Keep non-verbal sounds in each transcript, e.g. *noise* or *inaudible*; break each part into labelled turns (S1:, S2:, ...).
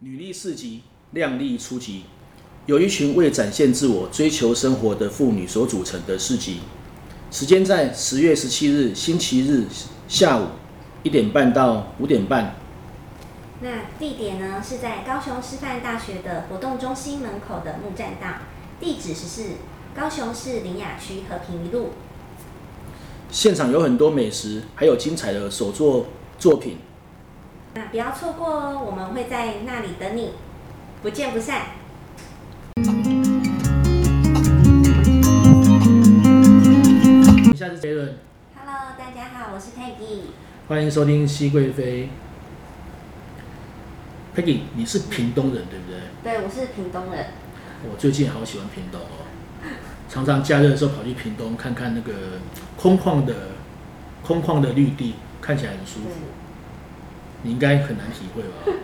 S1: 女力市集靓丽出击，由一群为展现自我、追求生活的妇女所组成的市集。时间在十月十七日星期日下午一点半到五点半。
S2: 那地点呢是在高雄师范大学的活动中心门口的木栈道，地址是高雄市林雅区和平一路。
S1: 现场有很多美食，还有精彩的手作作品。
S2: 那不要错过哦，我们会在那里等你，不见不散。
S3: 以下是结论，
S2: Hello，大家好，我是 Peggy。
S3: 欢迎收听《熹贵妃》。Peggy，你是屏东人对不对？
S2: 对，我是屏东人。
S3: 我最近好喜欢屏东哦，常常假日的时候跑去屏东看看那个空旷的空旷的绿地，看起来很舒服。你应该很难体会吧？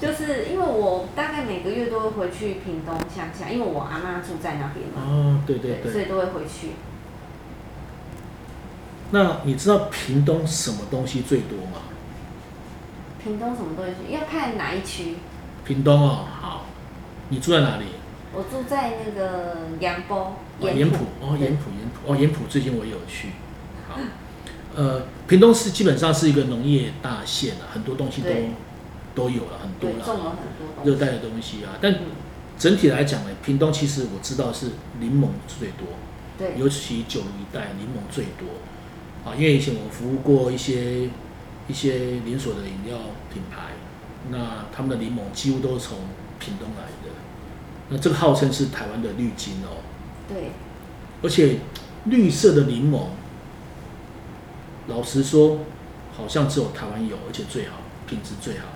S4: 就是因为我大概每个月都会回去屏东乡下，因为我阿妈住在那边嘛，
S3: 哦，对对
S4: 所
S3: 对。
S4: 以都会回去。
S3: 那你知道屏东什么东西最多吗？
S4: 屏东什么都有，要看哪一区。
S3: 屏东哦，好，你住在哪里？
S4: 我住在那个杨波
S3: 哦，盐埔哦，盐埔盐埔哦，盐埔最近我也有去。好，呃，屏东市基本上是一个农业大县啊，很多东西都
S4: 对
S3: 都有了，很多
S4: 对，种
S3: 了，
S4: 了很多
S3: 热
S4: 东西。
S3: 带的东西啊。但整体来讲呢，屏东其实我知道是柠檬最多，
S4: 对，
S3: 尤其九如一带柠檬最多啊，因为以前我服务过一些一些连锁的饮料品牌，那他们的柠檬几乎都是从屏东来的。那这个号称是台湾的绿金哦，
S4: 对，
S3: 而且绿色的柠檬，老实说，好像只有台湾有，而且最好，品质最好。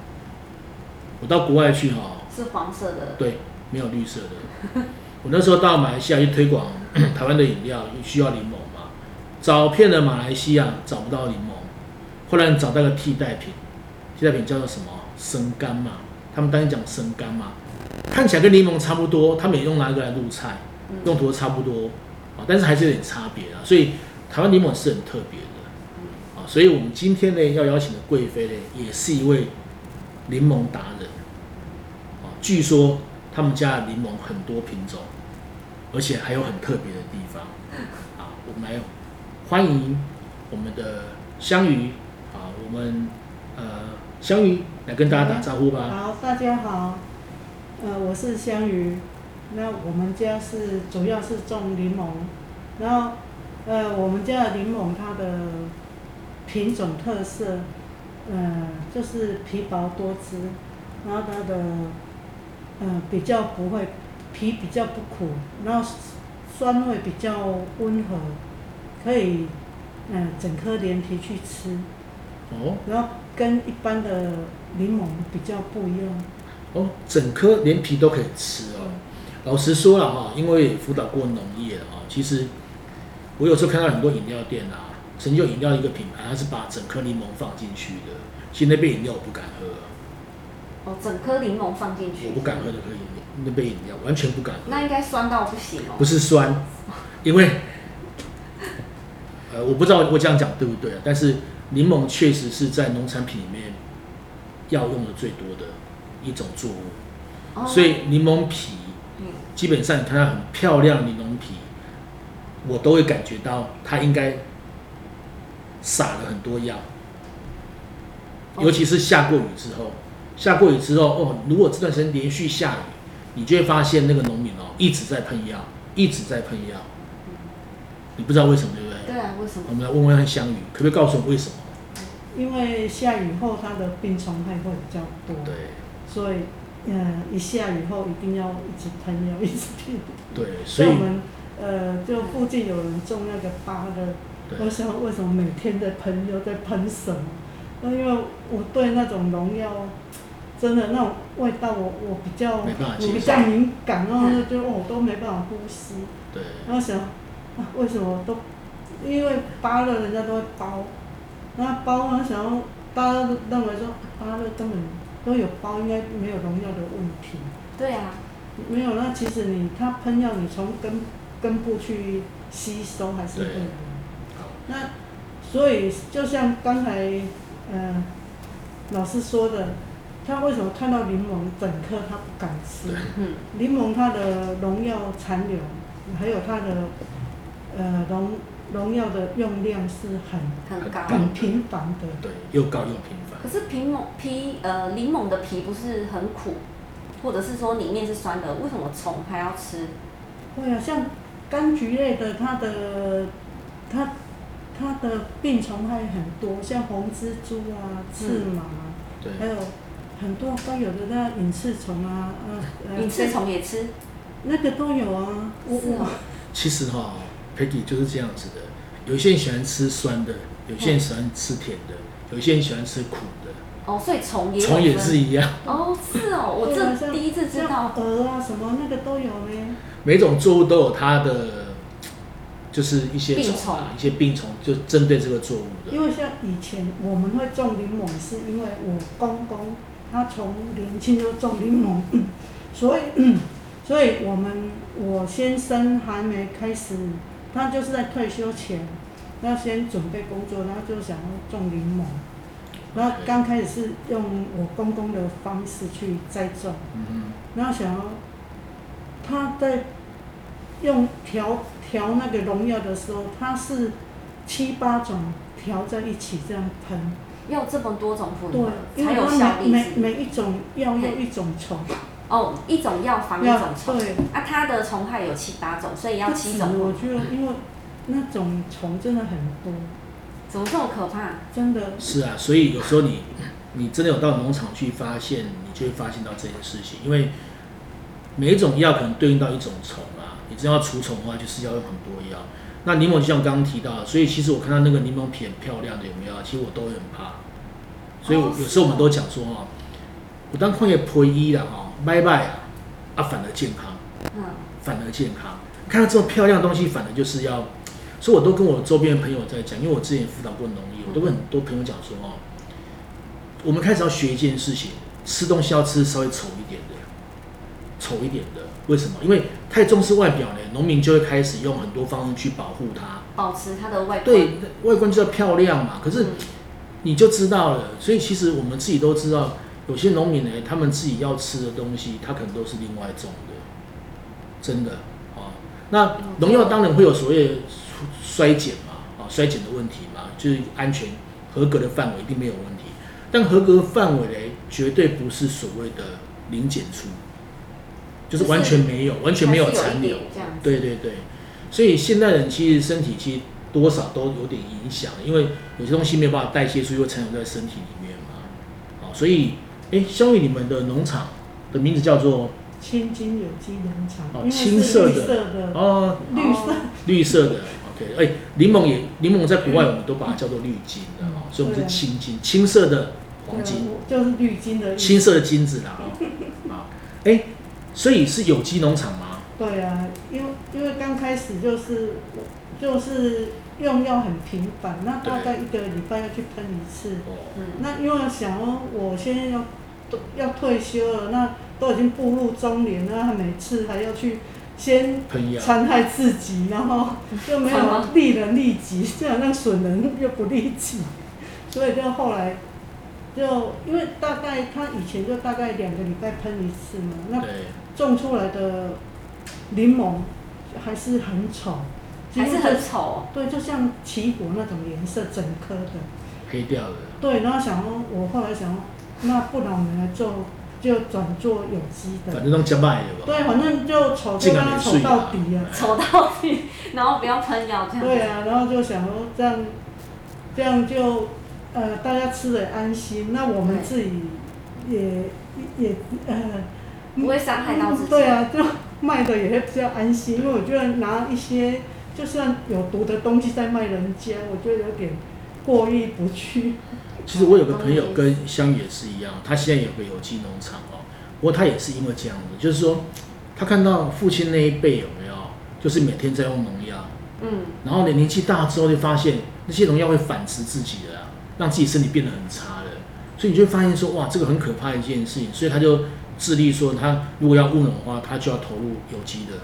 S3: 我到国外去哈，
S4: 是黄色的。
S3: 对，没有绿色的。 *laughs* 我那时候到马来西亚去推广 *clears throat* 台湾的饮料，需要柠檬嘛，找遍了马来西亚找不到柠檬，后来找到个替代品，替代品叫做什么生柑嘛，他们当时讲生柑嘛，看起来跟柠檬差不多，他们也用拿一个来入菜，用
S4: 嗯，
S3: 途差不多啊，但是还是有点差别啊。所以台湾柠檬是很特别的啊，所以我们今天呢要邀请的贵妃呢，也是一位柠檬达人啊。据说他们家的柠檬很多品种，而且还有很特别的地方啊。我们来欢迎我们的香鱼啊，我们呃香鱼来跟大家打招呼吧。
S5: 好，大家好，呃，我是香鱼。那我们家是主要是种柠檬，然后呃，我们家的柠檬它的品种特色，呃，就是皮薄多汁，然后它的呃比较不会皮比较不苦，然后酸味比较温和，可以嗯、呃整颗连皮去吃，
S3: 哦
S5: 然后跟一般的柠檬比较不一样。
S3: 哦，整颗连皮都可以吃哦。老实说了哈，因为也辅导过农业啊，其实我有时候看到很多饮料店啊，成就饮料一个品牌，它是把整颗柠檬放进去的。其实那杯饮料我不敢喝，啊
S4: 哦，整颗柠檬放进去。
S3: 我不敢喝那颗饮料，那杯饮料完全不敢喝。
S4: 那应该酸到不行哦。
S3: 不是酸，因为呃，我不知道我这样讲对不对啊，但是柠檬确实是在农产品里面要用的最多的一种作物，
S4: 哦
S3: 所以柠檬皮
S4: 嗯，
S3: 基本上你看它很漂亮的柠檬皮，我都会感觉到它应该撒了很多药，
S4: 哦
S3: 尤其是下过雨之后，下过雨之后哦，如果这段时间连续下雨，你就会发现那个农民哦一直在喷药，一直在喷药，你不知道为什么对不对？
S4: 对啊，为什么
S3: 我？们来问问看香雨，可不可以告诉我为什么？
S5: 因为下雨后它的病虫害会比较多，
S3: 对
S5: 所以呃一下雨后一定要一直喷药，一直喷。
S3: 对，所以
S5: 我们呃就附近有人种那个芭乐，我
S3: 对
S5: 想为什么每天在喷药，在喷什么？那因为我对那种农药。真的那种味道我，我比较
S3: 没办法
S5: 我
S3: 接受
S5: 比较敏感，然后就觉得哦我都没办法呼吸，
S3: 对
S5: 然后想，啊，为什么都，因为芭乐人家都会包，然后包然后想要大家都认为说芭乐根本都有包，应该没有农药的问题，
S4: 对啊，
S5: 没有。那其实你它喷药，你从根根部去吸收还是会
S3: 对
S5: 有。那所以就像刚才呃老师说的，他为什么看到柠檬整颗他不敢吃？
S4: 嗯，
S5: 柠檬它的农药残留，还有它的呃农农药的用量是很
S4: 很高。
S3: 嗯
S5: 很频繁的。
S3: 对，又高又频繁
S4: 可。是苹檬皮呃柠檬的皮不是很苦，或者是说里面是酸的，为什么虫还要吃？
S5: 会啊，像柑橘类的，它的它它的病虫害很多，像红蜘蛛啊、刺
S4: 嗯
S5: 螨啊，
S3: 对，
S5: 还有很多该有的那隐翅虫啊，呃，呃
S4: 你吃虫也吃，
S5: 那个都有啊。我
S4: 是哦
S5: 我
S3: 其实哈、Peggy 就是这样子的。有些人喜欢吃酸的，有些人喜欢吃甜的，有些人喜欢吃苦的，
S4: 哦，所以虫也有
S3: 虫也
S4: 分
S3: 是一样，
S4: 哦，是哦，我
S5: 对啊
S4: 这
S5: 像
S4: 第一次知
S5: 像
S4: 道。
S5: 蛾啊什么那个都有呢。
S3: 每种作物都有它的，就是一些虫啊，一些病虫，就针对这个作物的。
S5: 因为像以前我们会种柠檬，是因为我公公他从年轻就种柠檬， *coughs* 所以 *coughs* 所以我们我先生还没开始，他就是在退休前要先准备工作，然后就想要种柠檬。然后刚开始是用我公公的方式去栽种，
S3: 嗯
S5: 然后想要他在用调调那个农药的时候，它是七八种调在一起这样喷，
S4: 要这么多种混合
S5: 对，
S4: 嗯
S5: 因
S4: 才
S5: 为
S4: 有效
S5: 它
S4: 力
S5: 每
S4: 是
S5: 每
S4: 不是
S5: 每一种药又一种虫，
S4: 哦，一种药防一
S5: 要
S4: 种虫
S5: 对，
S4: 啊，它的虫害有七八种，所以要
S5: 不
S4: 七
S5: 止
S4: 种
S5: 我
S4: 混合。
S5: 觉得因为那种虫真的很多，
S4: 怎么这么可怕？
S5: 真的
S3: 哼，是啊，所以有时候你你真的有到农场去发现，你就会发现到这件事情，因为每一种药可能对应到一种虫啊，你真要除虫的话，就是要用很多药。那柠檬就像刚刚提到的，所以其实我看到那个柠檬皮很漂亮的有没有？其实我都很怕，所以我
S4: 哦
S3: 有时候我们都讲说哦，我当矿业破一了哈，拜拜啊，啊反而健康。
S4: 嗯，
S3: 反而健康。看到这么漂亮的东西，反而就是要，所以我都跟我周边的朋友在讲，因为我之前辅导过农业，我都跟很多朋友讲说哦，我们开始要学一件事情，吃东西要吃稍微丑一点的，丑一点的，为什么？因为太重视外表呢，农民就会开始用很多方式去保护它，
S4: 保持它的外观。
S3: 对，外观就要漂亮嘛。可是
S4: 嗯，
S3: 你就知道了。所以其实我们自己都知道，有些农民呢，他们自己要吃的东西，他可能都是另外种的，真的啊。
S4: 哦
S3: 那农药当然会有所谓的衰减嘛，啊，衰减的问题嘛，就是安全合格的范围一定没有问题。但合格范围嘞，绝对不是所谓的零检出，就是完全没有，完全没有
S4: 还是
S3: 残
S4: 一
S3: 留
S4: 点。这样子。
S3: 对对对，所以现代人其实身体其实多少都有点影响，因为有些东西没有办法代谢出，又残留在身体里面嘛。好，所以哎，相宇你们的农场的名字叫做
S5: 青金有机农场，
S3: 哦
S5: 因为是
S3: 青
S5: 绿
S3: 色
S5: 色
S3: 的
S5: 的，
S3: 哦
S5: 绿色
S3: 绿色的，OK，哎，柠檬也柠檬在国外我们都把它叫做绿金的哦，所以我们是青金，青色的黄金，
S5: 就是绿金的意思
S3: 青色的金子啦哦。啊，哎，所以是有机农场吗？
S5: 对啊，因为因为刚开始就是就是用药很频繁，那大概一个礼拜要去喷一次。
S3: 哦，
S4: 嗯，
S5: 那因为想哦，我现在要都要退休了，那都已经步入中年了，每次还要去先
S3: 喷药，
S5: 残害自己，然后又没有利人利己，这样让损人又不利己，所以就后来就因为大概他以前就大概两个礼拜喷一次嘛，那
S3: 对，
S5: 种出来的柠檬还是很丑，几
S4: 还
S5: 乎
S4: 是
S5: 就
S4: 很丑 *laughs* 哦。
S5: 对，就像奇异果那种颜色，整颗的。
S3: 黑掉了，
S5: 对，然后想说，我后来想说，那不然我们来做，就转做有机
S3: 反
S5: 的。
S3: 正都加卖了吧。
S5: 对，反正就丑
S3: 这
S5: 就
S3: 个
S5: 让它
S3: 免
S5: 丑
S3: 税
S5: 到底啊。
S4: 丑到底，然后不要喷药这样子。
S5: 对啊，然后就想说这样，这样就呃大家吃的安心，那我们
S4: 对
S5: 自己也也呃
S4: 不会伤害到自己。
S5: 对啊，就卖的也会比较安心，因为我觉得拿一些就算有毒的东西在卖人家，我觉得有点过意不
S4: *laughs*
S5: 去。
S3: 其实我有个朋友跟香也是一样，他现在有个有机农场哦，不过他也是因为这样子，就是说他看到父亲那一辈有没有，就是每天在用农药，
S4: 嗯，
S3: 然后呢年纪大之后就发现那些农药会反噬自己的、啊，让自己身体变得很差的，所以你就会发现说哇，这个很可怕的一件事情，所以他就致力说，他如果要务农的话，他就要投入有机的，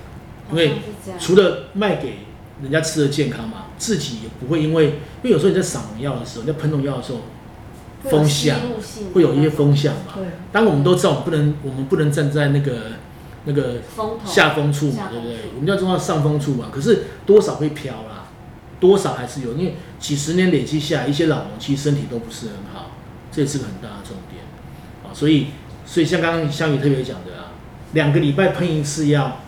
S3: 因为
S4: 好像是这样
S3: 除了卖给人家吃的健康嘛，自己也不会因为，因为有时候你在撒农药的时候，你在喷农药的时候，
S4: 会有
S3: 风
S4: 吸
S3: 向
S4: 入性，
S3: 会有一些风向嘛。
S5: 对，
S3: 当我们都知道，我们不能我们不能站在那个那个
S4: 风头
S3: 下风处嘛
S4: 下，
S3: 对
S4: 风
S3: 不对
S4: 处？
S3: 我们要做到上风处嘛，可是多少会飘啦，多少还是有，因为几十年累积下来，一些老农其实身体都不是很好，这也是个很大的重点啊。所以，所以像刚刚香宇特别讲的啊，两个礼拜喷一次药，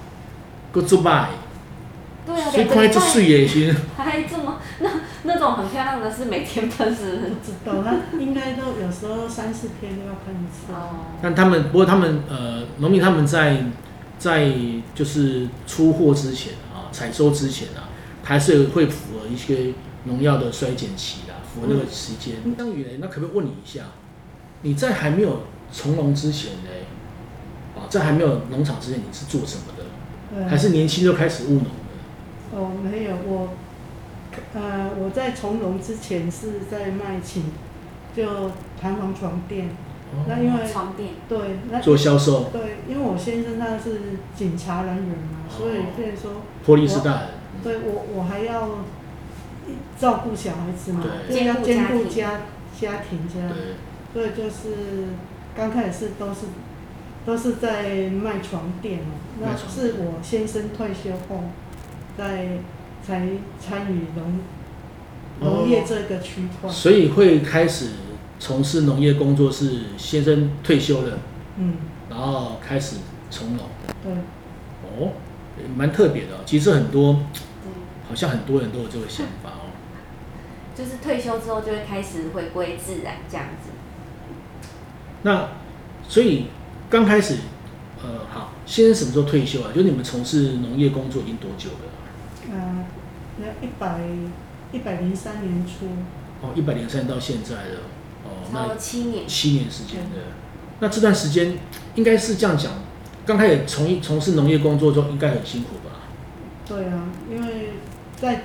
S3: 够做卖，
S4: 对啊，
S3: 所以
S4: 两个
S3: 快
S4: 礼
S3: 就
S4: 拜
S3: 睡也行。
S4: 还这么那那种很漂亮的是每天喷
S3: *laughs*
S4: 是不是
S5: 知道那应该都有时候三四天都要喷一次。
S4: 哦，
S3: 但他们不过他们呃，农民他们在在就是出货之前啊，采收之前啊，还是会符合一些农药的衰减期啦，符合那个时间。
S5: 嗯
S3: 张宇雷，那可不可以问你一下，你在还没有从农之前呢？啊，在还没有农场之前，你是做什么的？
S5: 呃
S3: 还是年轻就开始务农的？
S5: 哦，没有我，呃，我在从容之前是在卖琴，就弹簧床垫。那因为
S4: 嗯床垫
S5: 对，那
S3: 做销售，
S5: 对，因为我先生他是警察人员嘛，所
S4: 哦
S5: 以变成说，
S3: 获利是大人。
S5: 对啊我我还要照顾小孩子嘛，
S3: 对
S5: 就要兼
S4: 兼顾
S5: 顾
S4: 家
S5: 家家庭这样。
S3: 对，
S5: 对，就是刚开始都是都是在卖床垫哦，
S3: 卖
S5: 那
S3: 床
S5: 是我先生退休后，在才参与农
S3: 哦
S5: 农业这个区块，
S3: 所以会开始从事农业工作是先生退休了。
S5: 嗯，
S3: 然后开始从容。
S5: 对，
S3: 哦，诶蛮特别的、哦。其实很多
S4: 对，
S3: 好像很多人都有这个想法哦。
S4: 就是退休之后就会开始回归自然这样子。
S3: 那所以刚开始，呃，好，先生什么时候退休啊？就是你们从事农业工作已经多久了？
S5: 呃，那一百一百零三年初，
S3: 哦，一百零三到现在了。哦，
S4: 差不多
S3: 那
S4: 七年，
S3: 七年时间的。那这段时间应该是这样讲，刚开始从从事农业工作中应该很辛苦吧？
S5: 对啊，因为在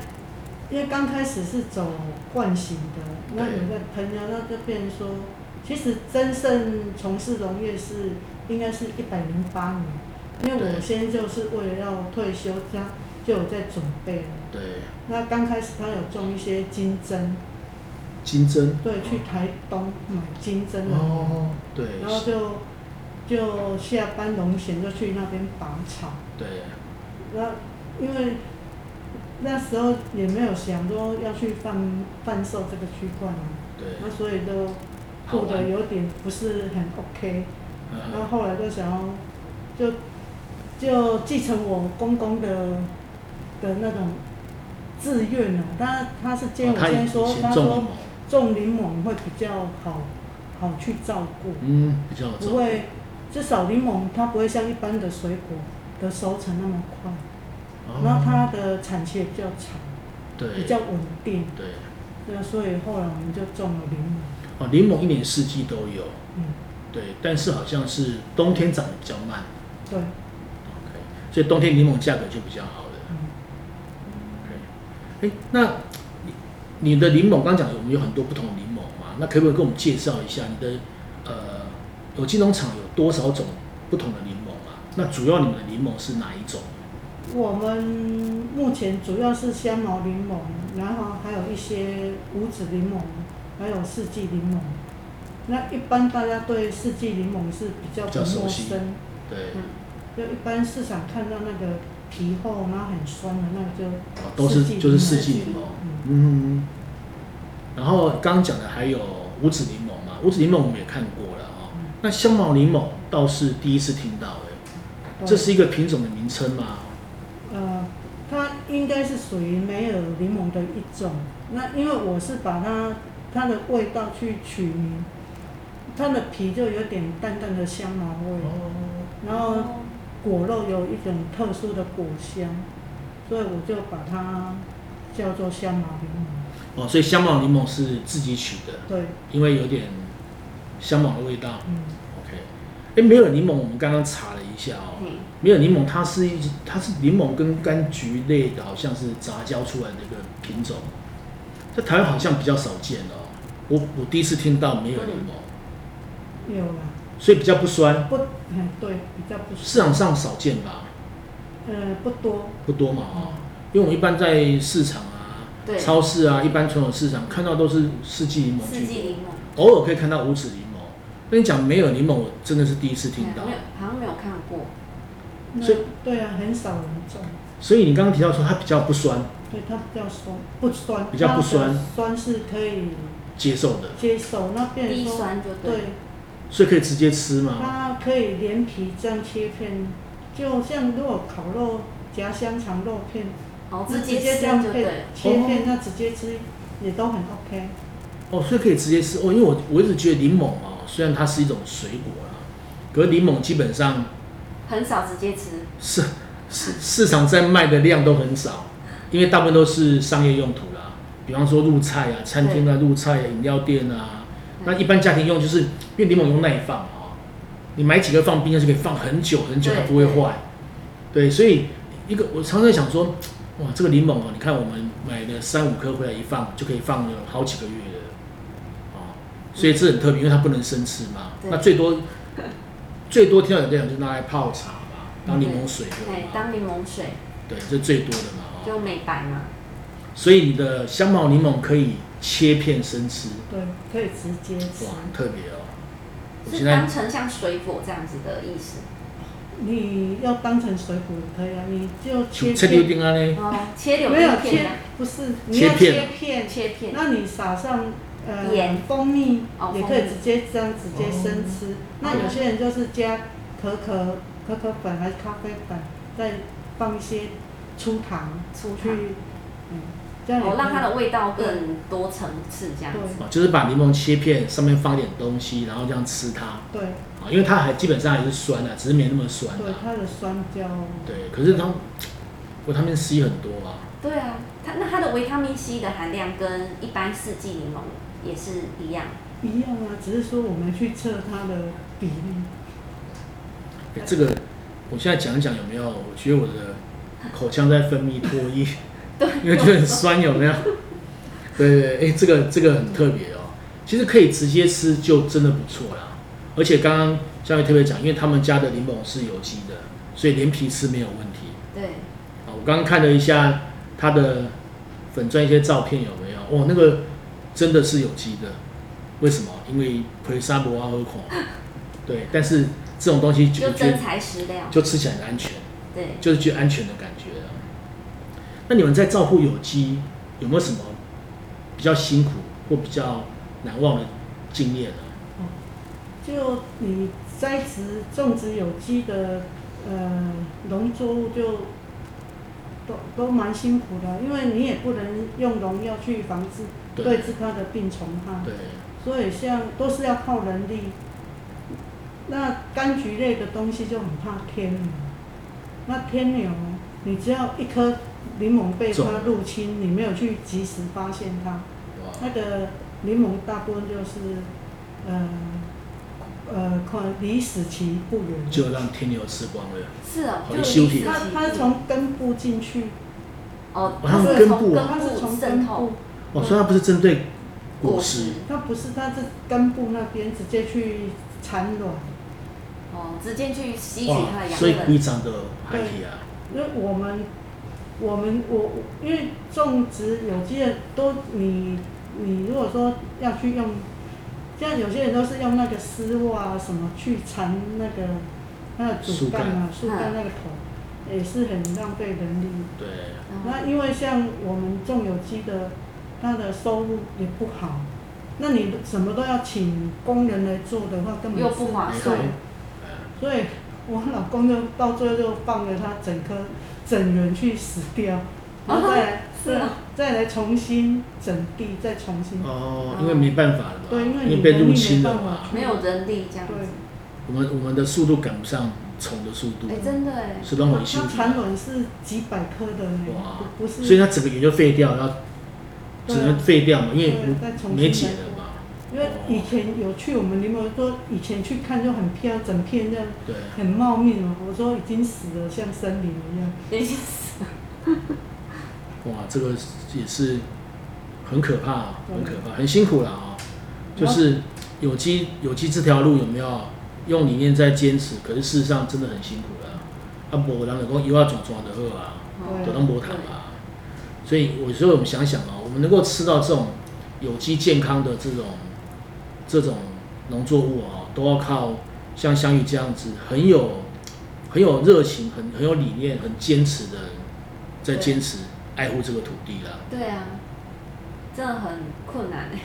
S5: 因为刚开始是走惯型的，那有个朋友那就变成说，其实真正从事农业是应该是一百零八年，因为我
S3: 对
S5: 先就是为了要退休，他就有在准备了。
S3: 对，
S5: 那刚开始他有种一些金针，
S3: 金针。
S5: 对，去台东买金针来，
S3: 哦，对
S5: 然后就就下班农闲就去那边拔草。
S3: 对，
S5: 那因为那时候也没有想说要去贩贩售这个区块嘛，
S3: 对，
S5: 那所以都
S3: 好
S5: 过
S3: 玩
S5: 得。有点不是很 OK。
S3: 嗯
S5: 那后来就想要就就继承我公公的的那种志愿啊，他他是建
S3: 哦
S5: 议我
S3: 他
S5: 先
S3: 以
S5: 说，
S3: 前
S5: 他
S3: 种
S5: 说
S3: 柠檬，
S5: 种柠檬会比较好好去照顾。
S3: 嗯，比较有
S5: 不
S3: 种，
S5: 会，至少柠檬它不会像一般的水果的熟成那么快，
S3: 哦
S5: 然后它的产期也比较长，
S3: 对
S5: 比较稳定，
S3: 对
S5: 对，所以后来我们就种了柠檬，
S3: 哦，柠檬一年四季都有，
S5: 嗯，
S3: 对，但是好像是冬天长得比较慢
S5: 对，
S3: ，OK，所以冬天柠檬价格就比较好了。
S5: 嗯，
S3: OK，哎，那你你的柠檬刚讲我们有很多不同的柠檬嘛，那可不可以跟我们介绍一下你的呃有机农场有多少种不同的柠檬啊？那主要你们的柠檬是哪一种？
S5: 我们目前主要是香茅柠檬，然后还有一些五指柠檬，还有四季柠檬。那一般大家对四季柠檬是比较
S3: 比
S5: 不
S3: 较熟
S5: 陌
S3: 悉
S5: 生，
S3: 对，
S4: 嗯
S5: 就一般市场看到那个皮厚然后很酸的那个就
S3: 哦，都是
S5: 四季
S3: 就是
S5: 柠檬
S3: 四季柠檬，
S5: 嗯
S3: 嗯，然后刚刚讲的还有五指柠檬嘛，五指柠檬我们也看过了哦。那香茅柠檬倒是第一次听到哎，
S5: 对
S3: 这是一个品种的名称吗？
S5: 呃，它应该是属于梅尔柠檬的一种。那因为我是把它它的味道去取名，它的皮就有点淡淡的香茅味，
S3: 哦，
S5: 然后果肉有一种特殊的果香，所以我就把它叫做香茅柠檬。
S3: 哦，所以香茅柠檬是自己取的，
S5: 对，
S3: 因为有点香茅的味道。
S5: 嗯，
S3: OK，哎，梅尔柠檬我们刚刚查了一下哦，
S4: 嗯，
S3: 梅尔柠檬它是一它是柠檬跟柑橘类的，好像是杂交出来的一个品种，在台湾好像比较少见哦。我我第一次听到梅尔柠檬。
S5: 有
S4: 嗯
S5: 啦，
S3: 所以比较不酸，
S5: 不，嗯，对，比较不
S3: 市场上少见吧，
S5: 呃不多，
S3: 不多嘛哦。因为我们一般在市场啊、
S4: 对，
S3: 超市啊、一般传统市场看到都是四季柠檬
S4: 四季
S3: 居
S4: 柠檬，
S3: 多，偶尔可以看到五指柠檬。跟你讲，没有柠檬，我真的是第一次听到
S4: 没。有，好像没有看过。
S5: 那
S3: 所以
S5: 对啊，很少人种，
S3: 所以你刚刚提到说它比较不酸，
S5: 对它比较酸，不酸，
S3: 比较不酸
S5: 它的酸是可以
S3: 接受的，
S5: 接受。那变成
S4: 低
S5: 说
S4: 酸就对
S5: 对
S4: 了，，
S3: 所以可以直接吃嘛。
S5: 它可以连皮这样切片，就像如果烤肉夹香肠肉片，
S4: 哦，
S5: 那
S4: 直接
S5: 这
S4: 吃
S5: 样
S4: 就
S5: 配
S4: 对哦了。
S5: 切片，那直接吃也都很 OK。
S3: 哦，所以可以直接吃哦，因为我我一直觉得柠檬哦，虽然它是一种水果啦，可是柠檬基本上
S4: 很少直接吃，
S3: 市市市场在卖的量都很少，因为大部分都是商业用途啦，比方说入菜啊、餐厅啊、入菜、啊、饮料店啊。
S4: 嗯
S3: 那一般家庭用就是因为柠檬用耐放啊、你买几个放冰箱就可以放很久很久，
S4: 对
S3: 它不会坏。对，所以一个我常常想说，哇，这个柠檬哦，你看我们买了三五颗回来一放就可以放了好几个月了，哦，所以这很特别，因为它不能生吃嘛。
S4: 对
S3: 那最多最多听到有人讲就拿来泡茶嘛，当柠檬水喝
S4: 哎，
S3: 嘛，
S4: 当柠檬水
S3: 对，这最多的嘛。哦
S4: 就美白嘛。
S3: 所以你的香茅柠檬可以切片生吃，
S5: 对，可以直接吃
S3: 哇，。很特别哦。我
S4: 是
S3: 现在
S4: 当成像水果这样子的意思。
S5: 你要当成水果也可以啊，你就切
S3: 切溜
S5: 片，
S3: 丁啊嘞，
S4: 哦，切柳
S5: 没有
S4: 丁
S5: 切
S4: 片啊，
S5: 不是，你要
S3: 切片
S5: 切片，
S4: 切片，
S5: 那你撒上呃
S4: 盐
S5: 蜂蜜
S4: 哦
S5: 也
S4: 蜂
S5: 可以
S4: 蜜哦
S5: 直接这样直接生吃。那有些人就是加可可可可粉还是咖啡粉，再放一些粗糖
S4: 出
S5: 去
S4: 去，，
S5: 嗯，这样也
S4: 哦，让
S5: 可以
S4: 它的味道更多层次这样子。
S3: 哦就是把柠檬切片，上面放一点东西，然后这样吃它。
S5: 对
S3: 啊，因为它还基本上还是酸的、只是没那么酸
S5: 对
S3: 啊。
S5: 它的酸椒，
S3: 对，可是它维他命 C 很多啊，
S4: 对啊，它那它的维他命 C 的含量跟一般四季柠檬也是一样。
S5: 一样啊，只是说我们去测它的比例。
S3: 欸这个我现在讲一讲有没有？我觉得我的口腔在分泌唾液，因为觉得很酸，有没有？对对，哎、欸这个这个很特别哦。其实可以直接吃，就真的不错啦。而且刚刚夏薇特别讲，因为他们家的柠檬是有机的，所以连皮吃没有问题。
S4: 对，
S3: 啊，我刚刚看了一下它的粉钻一些照片有没有？哦，那个真的是有机的，为什么？因为奎沙博阿喝孔，对，但是这种东西就
S4: 就
S3: 觉得
S4: 真材实料。
S3: 就吃起来很安全，
S4: 对，
S3: 就是觉得安全的感觉了。那你们在照顾有机有没有什么比较辛苦或比较难忘的经验呢？啊
S5: 嗯就你栽植种植有机的呃农作物就都都蛮辛苦的，因为你也不能用农药去防治
S3: 对
S5: 对治它的病虫害，
S3: 对，
S5: 所以像都是要靠人力。那柑橘类的东西就很怕天牛，那天牛你只要一颗柠檬被
S3: 种
S5: 它入侵，你没有去及时发现它，
S3: 哇，
S5: 那个柠檬大部分就是，呃，呃，快离死期不远。
S3: 就让天牛吃光了。
S4: 是哦，
S3: 好
S4: 就
S3: 像修
S4: 是
S3: 体
S5: 它它从根部进去，
S4: 哦，
S3: 它
S4: 它
S3: 从
S4: 是
S3: 根
S4: 从
S3: 部
S4: 根
S3: 啊
S5: 它是
S4: 部
S5: 从
S4: 渗
S5: 根
S4: 透
S5: 部，
S3: 哦，所以它不是针对果
S4: 果
S3: 实
S4: 实，
S5: 它不是它是根部那边直接去产卵。
S4: 哦，直接去吸取它
S3: 哇，
S4: 的养
S3: 所以
S4: 分。
S3: 规章的海体啊。
S5: 因为我们我们我因为种植有机的都你你如果说要去用，像有些人都是用那个丝袜啊什么去缠那个那个
S3: 树
S5: 主
S3: 干
S5: 干啊树干那个头，也是很浪费人力。
S3: 对，
S5: 那
S4: 嗯
S5: 因为像我们种有机的，它的收入也不好，那你什么都要请工人来做的话，根本
S4: 又
S5: 是
S4: 不划
S3: 没
S5: 对
S4: 算
S3: 错，
S5: 所以我老公就到最后就放了他整颗整园去死掉，
S4: *laughs*
S5: 然后再来、
S4: 是啊
S5: 再来重新整地，再重新。
S3: 哦，
S4: 嗯
S3: 因为没办法了嘛，
S5: 对因为你
S3: 被入侵
S5: 没
S3: 了
S5: 办法
S3: 嘛，
S4: 没有人力这样子。
S5: 对，
S3: 我们我们的速度赶不上虫的速度，
S4: 哎，真的哎，
S3: 是让我
S5: 它
S3: 辛苦。
S5: 产卵是几百颗的呢
S3: 哇，
S5: 不不
S3: 所以
S5: 是，
S3: 它整个园就废掉，然后
S5: 对
S3: 只
S5: 啊
S3: 能废掉嘛，因为
S5: 对再重新
S3: 没解
S5: 来
S3: 了嘛，
S5: 因为以前有去我们柠檬说以前去看就很漂亮，整片这样
S3: 对，
S5: 很茂密嘛，我说已经死了，像森林一样。
S4: 已经死了
S3: 哇，这个也是很可怕啊，
S5: 对
S3: 很可怕，很辛苦了啊。就是有机有机这条路有没有用理念在坚持，可是事实上真的很辛苦了。啊，无人能够一话转转的好啊。
S4: 哦
S3: 就当无谈啊。所啊以有时候我们想想哦，我们能够吃到这种有机健康的这种这种农作物哦，都要靠像香芋这样子很有很有热情、很很有理念、很坚持的人在
S4: 对
S3: 坚持爱护这个土地啦。
S4: 对啊，真的很困难哎。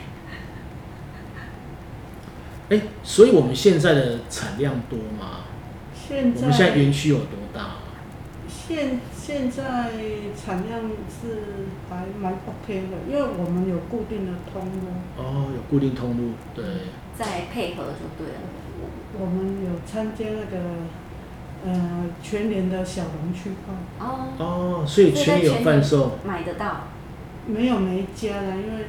S3: 哎，所以我们现在的产量多吗？
S5: 现
S3: 我
S5: 在
S3: 们现在园区有多大啊？
S5: 现现在产量是还蛮 OK 的，因为我们有固定的通路，
S3: 哦，有固定通路，对，
S4: 再配合就对了。
S5: 我们有参加那个呃全年的小农区块，
S4: 哦，
S3: 哦，所以全年有贩售，
S4: 买得到。
S5: 没有每一家啦，因为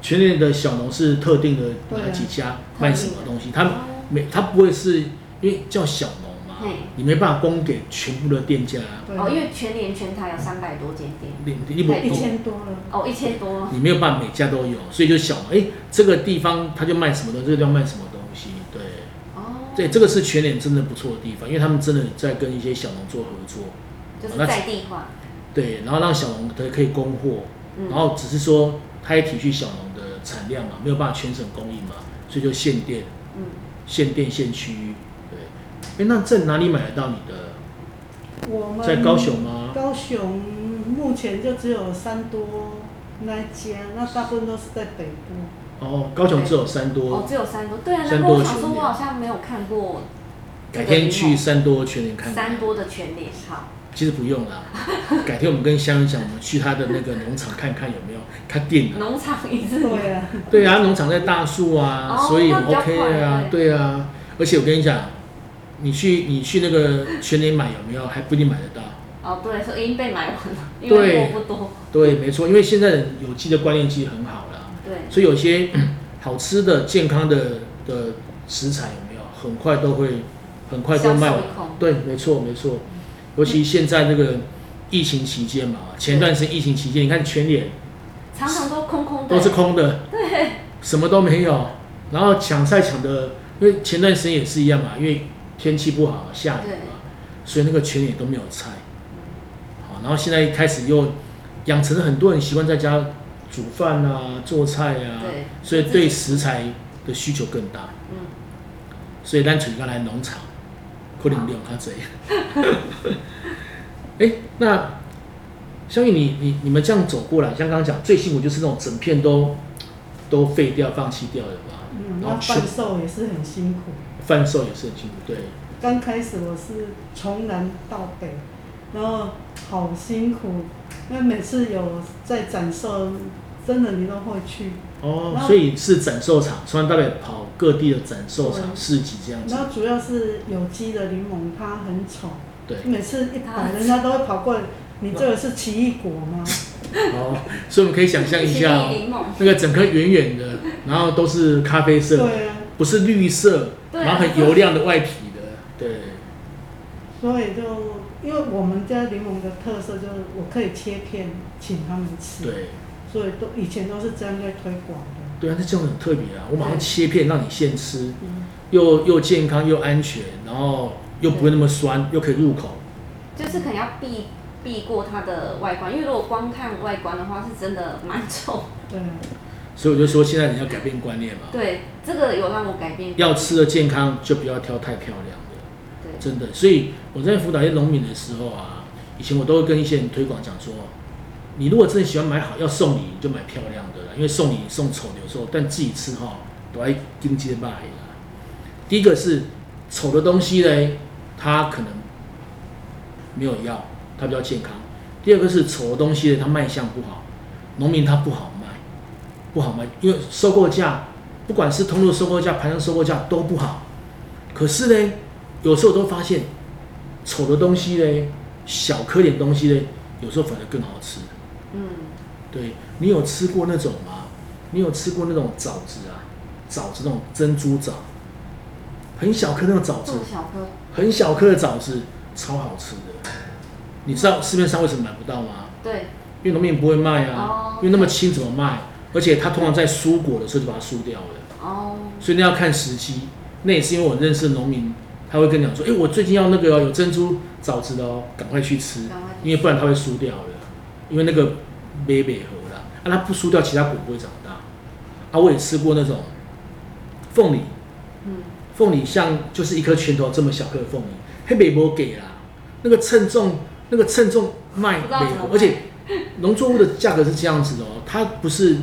S3: 全年的小农是特定的哪几
S4: 啊
S3: 家卖什么东西，他们
S4: 哦
S3: 每他不会是因为叫小农嘛
S4: 嘿，
S3: 你没办法供给全部的店家，
S5: 对、
S4: 哦，因为全年全台有三百多间店，
S3: 你你不
S5: 一千多了，
S4: 哦，一千多，
S3: 你没有办法每家都有，所以就小农，哎，这个地方他就卖什么东西，这个地方卖什么东西，对。
S4: 哦，
S3: 对，这个是全脸真的不错的地方，因为他们真的在跟一些小农做合作，
S4: 就是在地化，
S3: 对，然后让小农的可以供货，
S4: 嗯，
S3: 然后只是说他也体恤小农的产量嘛，没有办法全省供应嘛，所以就限电、
S4: 嗯，
S3: 限电、限区域。对，哎，那在哪里买得到你的？
S5: 我
S4: 嗯
S5: 们
S3: 在高雄吗？
S5: 高雄目前就只有三多那一家，那大部分都是在北
S3: *laughs*
S5: 部，
S3: 哦，高雄只有三
S4: 哦，
S3: 多，
S4: 只有三多，对啊，
S3: 三
S4: 那
S3: 多
S4: 我想
S3: 全
S4: 说，
S3: 联
S4: 我好像没有看过
S3: 改天去三多全脸看看
S4: 三。多的全联，好，
S3: 其实不用
S4: *laughs*
S3: 啦，改天我们跟香云讲，我们去他的那个农场看看有没有他店啊。
S4: 农场一日
S5: 对啊，
S3: 对啊，农场在大树啊，
S4: 嗯哦
S3: 所以很
S4: 那比较
S3: OK 啊，
S4: 快
S3: 对啊。而且我跟你讲，你去你去那个全年买有没有，还不一定买得到。
S4: 哦，对，所以已经被买完了，因
S3: 对
S4: 为货不多，
S3: 对，没错，因为现在人有机的观念其实很好啦，
S4: 对，
S3: 所以有些嗯好吃的、健康的的食材有没有，很快都会很快都
S4: 销
S3: 卖
S4: 售
S3: 完
S4: 一。空，
S3: 对，没错没错，尤其现在这个疫情期间嘛，前段时间疫情期间，你看全脸
S4: 常常都空空的，
S3: 都是空的，对，什么都没有。然后抢菜抢的，因为前段时间也是一样嘛，因为天气不好，下雨
S4: 对
S3: 嘛，所以那个全脸都没有菜。好，然后现在开始又养成了很多人习惯在家煮饭啊、做菜啊，
S4: 对，
S3: 所以对食材的需求更大。
S4: 嗯，
S3: 所以咱纯刚来农场，可能用他这样。 *laughs* 哎、那相信你你你们这样走过来，像刚刚讲，最辛苦就是那种整片都都废掉、放弃掉的吧。
S5: 嗯，
S3: 然
S5: 那
S3: 后全
S5: 贩售也是很辛苦。
S3: 贩售也是很辛苦，对，
S5: 刚开始我是从南到北，然后好辛苦，那每次有在展售，真的你都会去，
S3: 哦
S5: 然，后
S3: 所以是展售场，从南到北跑各地的展售场、
S5: 对
S3: 市集这样子
S5: 然，后主要是有机的柠檬，它很丑，
S3: 对，
S5: 每次一
S4: 它
S5: 摆人家都会跑过来，你这个是奇异果吗？
S3: 哦，所以我们可以想象一下
S4: 奇
S3: 哦，
S4: 异柠檬，
S3: 那个整颗圆圆的，然后都是咖啡色的，
S5: 对啊，
S3: 不是绿色，
S4: 对啊
S3: 然后很油亮的外皮的，对，
S5: 所以就因为我们家柠檬的特色就是我可以切片请他们吃，
S3: 对，
S5: 所以都以前都是这样在推广的，
S3: 对啊，那这样很特别啊！我马上切片让你现吃，
S5: 嗯，
S3: 又又健康又安全，然后又不会那么酸，又可以入口。
S4: 就是可能要避避过它的外观，因为如果光看外观的话，是真的蛮丑， *laughs*
S5: 对啊，
S3: 所以我就说，现在人要改变观念嘛，
S4: 对，这个有让我改变，
S3: 要吃的健康就不要挑太漂亮的，
S4: 对，
S3: 真的。所以我在辅导一些农民的时候啊，以前我都会跟一些人推广讲说，你如果真的喜欢买好，要送礼你就买漂亮的啦，因为送礼送丑的有时候，但自己吃哈都爱盯街卖啦。第一个是丑的东西嘞，它可能没有药，它比较健康。第二个是丑的东西嘞，它卖相不好，农民他不好卖，不好卖，因为收购价不管是通路收购价、盘上收购价都不好。可是呢，有时候我都发现丑的东西嘞，小颗点东西嘞，有时候反而更好吃。
S4: 嗯，
S3: 对你有吃过那种吗？你有吃过那种枣子啊？枣子那种珍珠枣，很小颗那种枣
S4: 这
S3: 子，
S4: 么小颗，
S3: 很小颗的枣子，超好吃的。你知道市面上为什么买不到吗？
S4: 对，
S3: 因为农民不会卖啊
S4: 哦，
S3: 因为那么轻怎么卖？而且它通常在蔬果的时候就把它输掉了。
S4: 哦，
S3: 所以那要看时机。那也是因为我认识的农民，他会跟你讲说：“哎、我最近要那个哦、有珍珠枣子的哦，赶快去吃，
S4: 赶快去吃
S3: 因为不然它会输掉了。因为那个北北核啦，啊，它不输掉，其他果不会长大。啊，我也吃过那种凤梨，
S4: 嗯，
S3: 凤梨像就是一颗拳头这么小颗的凤梨，黑北波给啦，那个称重那个称重卖美
S4: 不知道怎么
S3: 国
S4: 卖，
S3: 而且农作物的价格是这样子的哦，它不是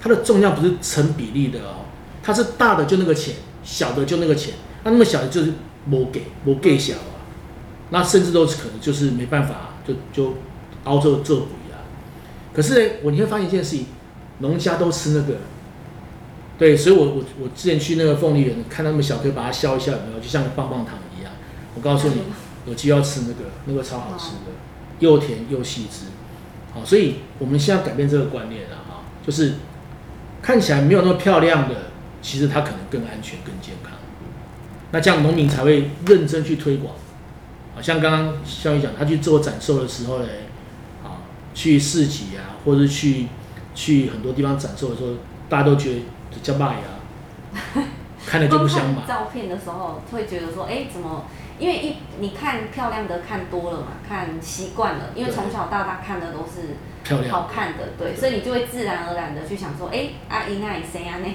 S3: 它的重量不是成比例的哦，它是大的就那个钱，小的就那个钱，那那么小的就是没给没给小啊，那甚至都是可能就是没办法啊就就熬做做补啊。可是呢，我你会发现一件事情，农家都吃那个。对，所以我我我之前去那个凤梨园看他们小哥把它削一削，有没有就像个棒棒糖一样。我告诉你，有机要吃那个，那个超好吃的，又甜又细致。好，所以我们现在改变这个观念了哈，就是看起来没有那么漂亮的，其实它可能更安全、更健康。那这样农民才会认真去推广。好像刚刚肖宇讲，他去做展售的时候嘞，啊，去市集啊，或者去去很多地方展售的时候，大家都觉得这叫卖啊，看了就不想买
S4: 光看。照片的时候会觉得说，哎、怎么？因为一你看漂亮的看多了嘛，看习惯了，因为
S3: 对
S4: 从小到大看的都是
S3: 漂亮
S4: 好看的，对，所以你就会自然而然的去想说，哎、阿姨那里谁啊那？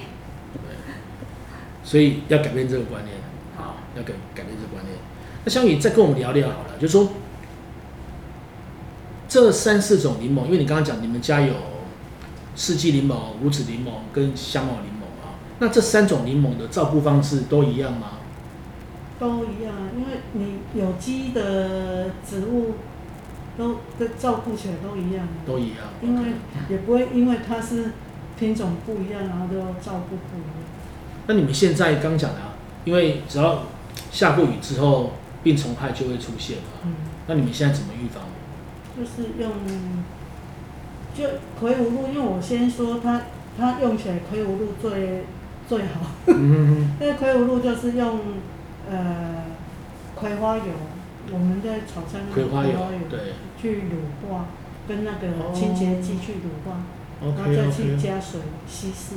S3: 所以要改变这个观念，好，要改改变这个观念。那香宇再跟我们聊聊好了，就是说这三四种柠檬，因为你刚刚讲你们家有四季柠檬、五指柠檬跟香茅柠檬啊，那这三种柠檬的照顾方式都一样吗？
S5: 都一样，因为你有机的植物都都照顾起来都一样，啊
S3: 都一样。
S5: 因为也不会因为它是品种不一样，然后就照顾不一样。
S3: 那你们现在刚讲的啊，因为只要下过雨之后，病虫害就会出现嘛。
S5: 嗯，
S3: 那你们现在怎么预
S5: *laughs*
S3: 防？
S5: 就是用就葵无露，因为我先说它它用起来葵无露最最好， *laughs*
S3: 嗯，
S5: 因为葵无露就是用呃葵花油，我们在炒菜那
S3: 葵
S5: 个
S3: 花油，对哦
S5: 去乳化，跟那个清洁剂去乳化，然后
S3: ，OK
S5: 再去
S3: OK，
S5: 加水稀释，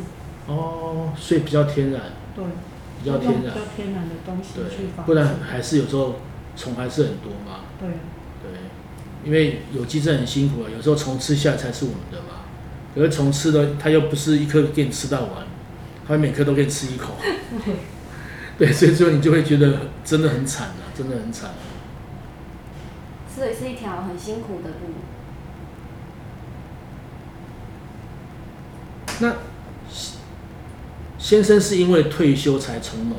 S3: 哦，所以比较天然，
S5: 对，
S3: 比较天
S5: 用
S3: 然
S5: 比，较天然的东西去
S3: 对，
S5: 防
S3: 不然
S5: 治
S3: 还是有时候虫还是很多嘛，
S5: 对
S3: 对，因为有机真的很辛苦啊，有时候虫吃下来才是我们的嘛，可是虫吃的它又不是一颗给你吃到完，它每颗都给你吃一
S5: *laughs*
S3: 口，对，所以最后你就会觉得真的很惨啊，真的很惨、
S4: 所以是一条很辛苦的路。
S3: 那先生是因为退休才从农，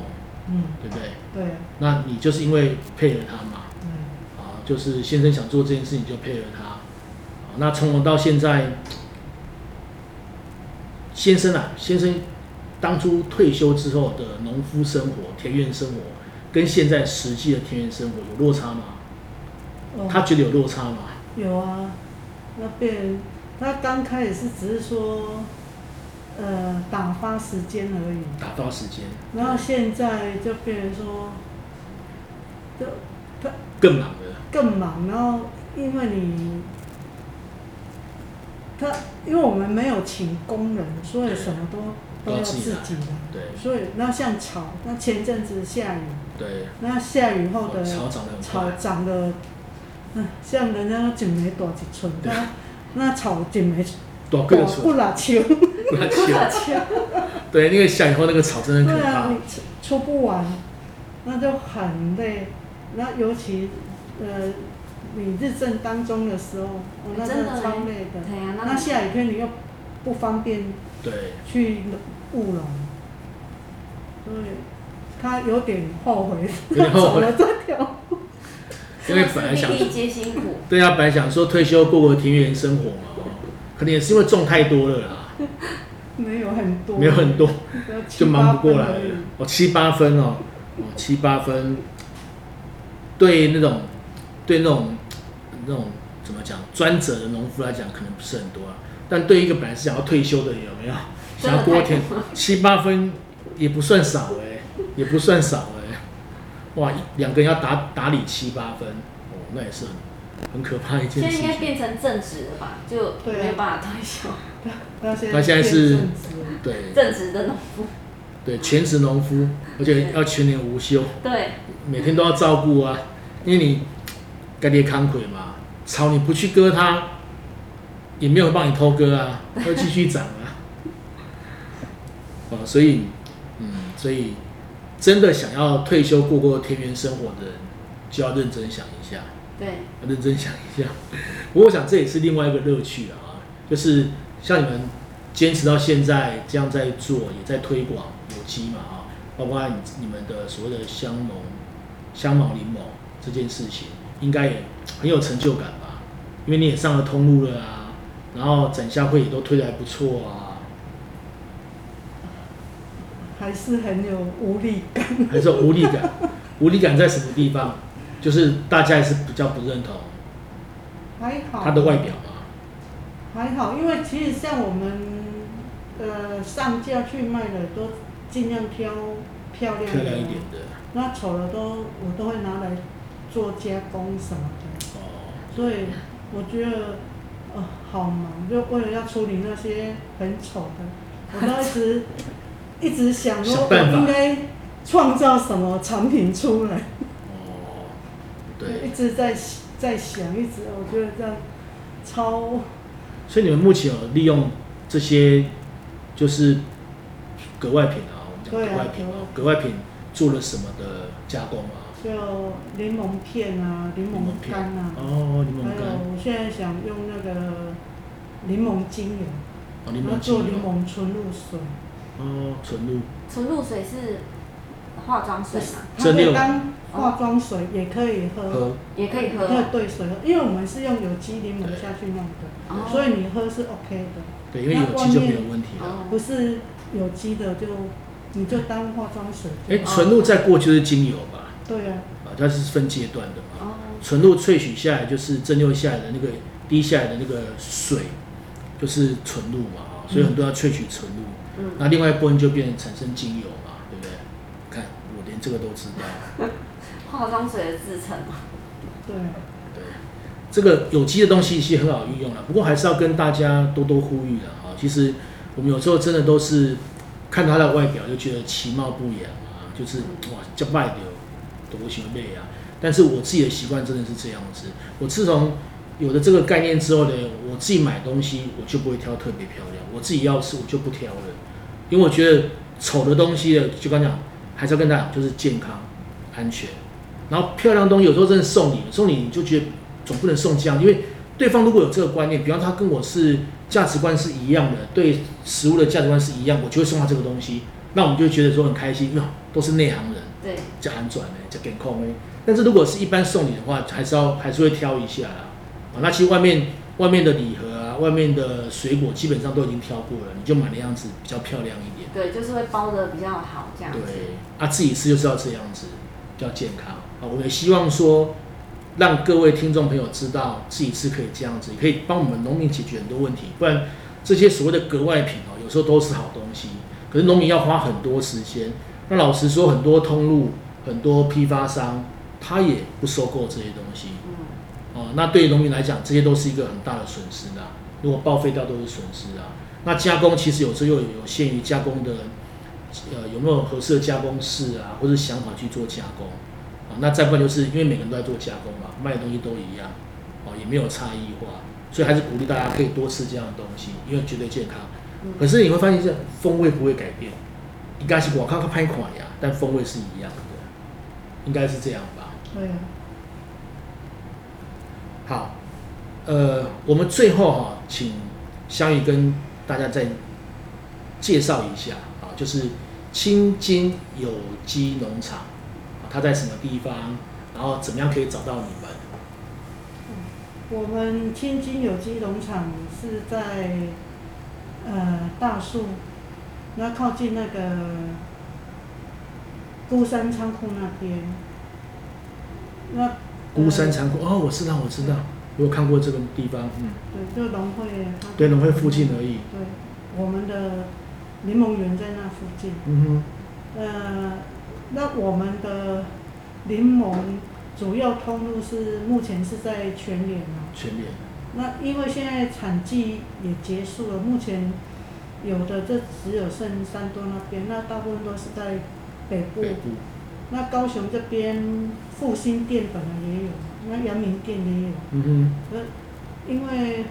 S5: 嗯
S3: 对不对？
S5: 对
S3: 那你就是因为配合他嘛，
S5: 嗯
S3: 啊，就是先生想做这件事，你就配合他。啊那从农到现在，先生啊，先生当初退休之后的农夫生活、田园生活，跟现在实际的田园生活有落差吗？
S5: 哦
S3: 他觉得有落差吗？
S5: 有啊，那边他刚开始是只是说，呃，打发时间而已。
S3: 打发时间
S5: 然后现在就变成说，就
S3: 更忙了，
S5: 更忙。然后因为你，他因为我们没有请工人，所以什么都都要自己
S3: 都要自己
S5: 来。
S3: 对啊
S5: 所以那像草，那前阵子下雨，
S3: 对，
S5: 那下雨后的
S3: 草长得很
S5: 哦草
S3: 快，
S5: 长得，嗯，像人家一枚大一寸，
S3: 对哦
S5: 那那草一枚
S3: 多
S5: 大
S3: 啊个个
S5: 不
S3: 出
S5: 拉秋，
S3: 来切，对，那个下雨后那个草真的很
S5: 对
S3: 可
S5: 啊，
S3: 怕
S5: 你，出出不完，那就很累。那尤其呃，你日正当中的时候，我、那
S4: 真
S5: 真
S4: 的
S5: 的超累的。
S4: 对啊，那
S5: 那下雨天你又不方便
S3: 对。
S5: 去务农，所以他有点后悔
S3: 有点后
S5: 走 *laughs*
S3: 悔
S5: 了这条。
S3: 因为本来想
S4: 粒粒皆
S3: *laughs*
S4: 辛苦，
S3: 对啊，本来想说退休过个田园生活嘛，哦可能也是因为种太多了啦，
S5: 没有很多，
S3: 没有很多，
S5: 要七
S3: 就忙不过
S5: 八
S3: 来
S5: 分而已
S3: 了。哦，七八分哦，哦七八分，对那种对那种那种怎么讲专责的农夫来讲，可能不是很多啊。但对一个本来是想要退休的，有没有想
S4: 真的
S3: 要过田
S4: 太多了
S3: 七八分也不算少哎、也不算少哎、哇，两个人要打打理七八分，哦，那也是很很可怕的一
S4: 现
S3: 件
S4: 在
S3: 事
S4: 应该
S3: 情。
S4: 变成正职了吧？就
S5: 对啊
S4: 没有办法退休，
S5: 他现
S3: 他
S5: 在
S3: 现在是
S5: 变正直了
S3: 对，啊
S4: 正职的农夫，
S3: 对，全职农夫，而且要全年无休，
S4: 对，
S3: 每天都要照顾啊，因为你该爹康鬼嘛，草你不去割它，也没有帮你偷 *laughs* 割啊，会继续长啊。哦，所以，嗯，所以真的想要退休过过田园生活的人，就要认真想一下，
S4: 对，
S3: 要认真想一下。不过我想这也是另外一个乐趣了啊，就是像你们坚持到现在这样在做，也在推广有机嘛啊，包括你你们的所谓的香浓、香茅柠檬这件事情，应该也很有成就感吧？因为你也上了通路了啊，然后展销会也都推的还不错啊，
S5: 还是很有无力感。
S3: 还是有无力感。无力感在什么地方？就是大家也是比较不认同
S5: 还好
S3: 他的外表嘛。
S5: 还好，因为其实像我们呃上架去卖的，都尽量挑漂亮的，
S3: 漂亮一点的
S5: 那丑的都我都会拿来做加工什么的，
S3: 哦，
S5: 所以我觉得呃好忙，就为了要处理那些很丑的，我都一直一直想说
S3: 想
S5: 我
S3: 办法
S5: 应该创造什么产品出来，
S3: 哦，
S5: 一
S3: 对，
S5: 直在在想，一直我觉得这样超
S3: 所以你们目前有利用这些就是格外品啊，我们讲
S5: 对啊
S3: 格外品啊，格外品做了什么的加工啊？
S5: 就柠檬片啊、柠
S3: 柠
S5: 檬
S3: 檬片
S5: 干啊。
S3: 哦，柠
S5: 还
S3: 檬
S5: 有
S3: 干，
S5: 我现在想用那个柠檬精油，
S3: 哦，柠
S5: 然后
S3: 檬
S5: 做
S3: 精
S5: 柠
S3: 油，
S5: 檬纯露水，
S3: 哦，纯露，
S4: 纯露水是化妆水嘛，
S5: 它
S3: 蒸
S5: 可
S3: 馏
S5: 以当化妆水也可以喝，
S3: 喝
S4: 也可以喝。啊
S5: 可以兑水喝，因为我们是用有机柠檬下去弄的，
S4: 哦
S5: 所以你喝是 OK 的，
S3: 对，因为有机就没有问题了。
S4: 哦
S5: 不是有机的就你就当化妆水喝。
S3: 哎，纯露在过去是精油吧？
S5: 对啊，
S3: 啊，它是分阶段的嘛。
S4: 哦，
S3: 纯露萃取下来就是蒸馏下来的那个滴下来的那个水，就是纯露嘛，啊所以很多人要萃取纯露。
S4: 嗯，
S3: 那另外一部分就变成产生精油嘛，对不对？看我连这个都知道，
S4: 化妆水的制成嘛，
S5: 对，啊
S3: 对，这个有机的东西其实很好运用了，不过还是要跟大家多多呼吁了啊。其实我们有时候真的都是看他的外表就觉得其貌不扬啊，就是哇叫外流，多行累啊。但是我自己的习惯真的是这样子，我自从有了这个概念之后呢，我自己买东西我就不会挑特别漂亮，我自己要吃我就不挑了，因为我觉得丑的东西呢，就刚讲，还是要跟大家讲，就是健康、安全，然后漂亮的东西有时候真的送你，送你你就觉得总不能送这样，因为对方如果有这个观念，比方他跟我是价值观是一样的，对食物的价值观是一样，我就会送他这个东西，那我们就会觉得说很嗯开心，因为都是内行人。
S4: 对，
S3: 加安转呢，加健康呢。但是如果是一般送礼的话，还是要还是会挑一下啦。哦，那其实外面外面的礼盒啊，外面的水果基本上都已经挑过了，你就买那样子比较漂亮一点。
S4: 对，就是会包的比较好这样子。
S3: 对，啊，自己吃就是要这样子，比较健康啊。我们也希望说，让各位听众朋友知道自己吃可以这样子，也可以帮我们农民解决很多问题。不然这些所谓的格外品哦，有时候都是好东西，可是农民要花很多时间。那老实说，很多通路、很多批发商，他也不收购这些东西
S4: 嗯，
S3: 哦。那对于农民来讲，这些都是一个很大的损失啊。如果报废掉都是损失啊。那加工其实有时候又有限于加工的呃有没有合适的加工室啊，或者想法去做加工啊。那再不然就是因为每个人都在做加工嘛，卖的东西都一样哦，也没有差异化，所以还是鼓励大家可以多吃这样的东西，因为绝对健康
S4: 嗯。
S3: 可是你会发现，这风味不会改变，应该是我看看拍款呀，但风味是一样的，应该是这样吧。
S5: 对啊，
S3: 好，呃，我们最后哈、请香玉跟大家再介绍一下啊，就是青金有机农场，啊它在什么地方，然后怎么样可以找到你们？
S5: 我们天津有机农场是在呃大树，那靠近那个孤山仓库那边。那
S3: 孤山仓库哦，我知道，我知道，我有看过这个地方，嗯，
S5: 对，就农会它
S3: 对，农会附近而已，
S5: 对，我们的柠檬园在那附近。
S3: 嗯
S5: 呃，那我们的柠檬主要通路是目前是在全联啊
S3: 哼。，全脸，
S5: 那因为现在产季也结束了，目前有的就只有剩山东那边，那大部分都是在北部。
S3: 北部，
S5: 那高雄这边复兴店本来也有，那阳明店也有，
S3: 嗯
S5: 可因为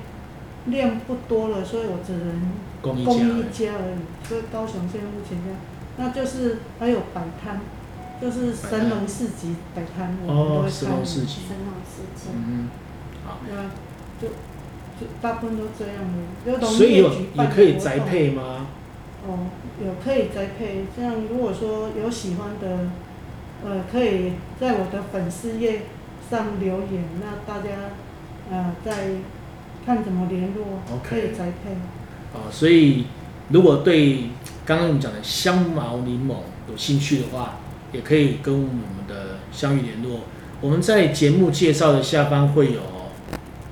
S5: 量不多了，所以我只能
S3: 哼，公益家
S5: 供一
S3: 人，
S5: 家而已。所以高雄现在目前这样，那就是还有摆摊，就是神农市集摆摊，我们都
S3: 哦
S5: 会，
S3: 石
S5: 看。
S3: 龙市集，
S4: 神农氏集，
S3: 嗯
S5: 对啊，就就大部分都这样的，有
S3: 哼，
S5: 农
S3: 所以
S5: 业
S3: 有
S5: 举办
S3: 也
S5: 的
S3: 可以
S5: 活
S3: 宅
S5: 动
S3: 配吗？
S5: 哦，有可以栽培。这样如果说有喜欢的，呃，可以在我的粉丝页上留言，那大家呃再看怎么联络
S3: OK
S5: 可以栽培。
S3: 啊，所以如果对刚刚我们讲的香茅柠檬有兴趣的话，也可以跟我们的相遇联络。我们在节目介绍的下方会有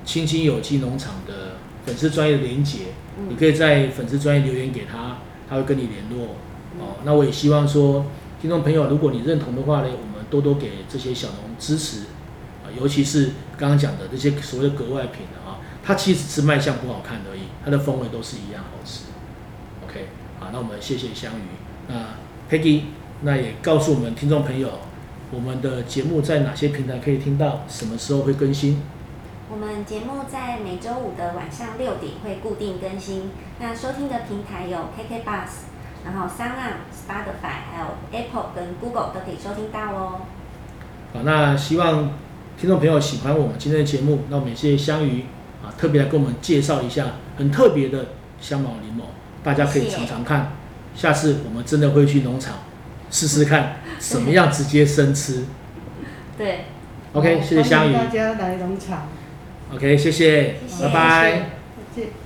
S3: 青青有机农场的粉丝专业的连接，你
S4: 嗯，
S3: 可以在粉丝专业留言给他，他会跟你联络。哦，那我也希望说，听众朋友，如果你认同的话呢，我们多多给这些小农支持啊，尤其是刚刚讲的这些所谓的格外品啊，它其实只是卖相不好看而已，它的风味都是一样好吃。OK，好，那我们谢谢香鱼，那 Peggy，那也告诉我们听众朋友，我们的节目在哪些平台可以听到，什么时候会更新？
S2: 我们节目在每周五的晚上六点会固定更新。那收听的平台有 KK Bus，然后 s o u n Spotify，还有 Apple 跟 Google 都可以收听到哦。
S3: 好，那希望听众朋友喜欢我们今天的节目，那我们也谢谢香鱼啊，特别来给我们介绍一下很特别的香茅柠檬，大家可以
S2: 谢谢
S3: 尝尝看。下次我们真的会去农场试试看，什么样直接生吃。
S4: 对，
S3: OK，谢谢香
S5: 欢
S3: 鱼
S5: 迎大家来农场，
S3: ，OK，谢谢，
S2: 谢谢
S3: 拜拜。
S5: 再见。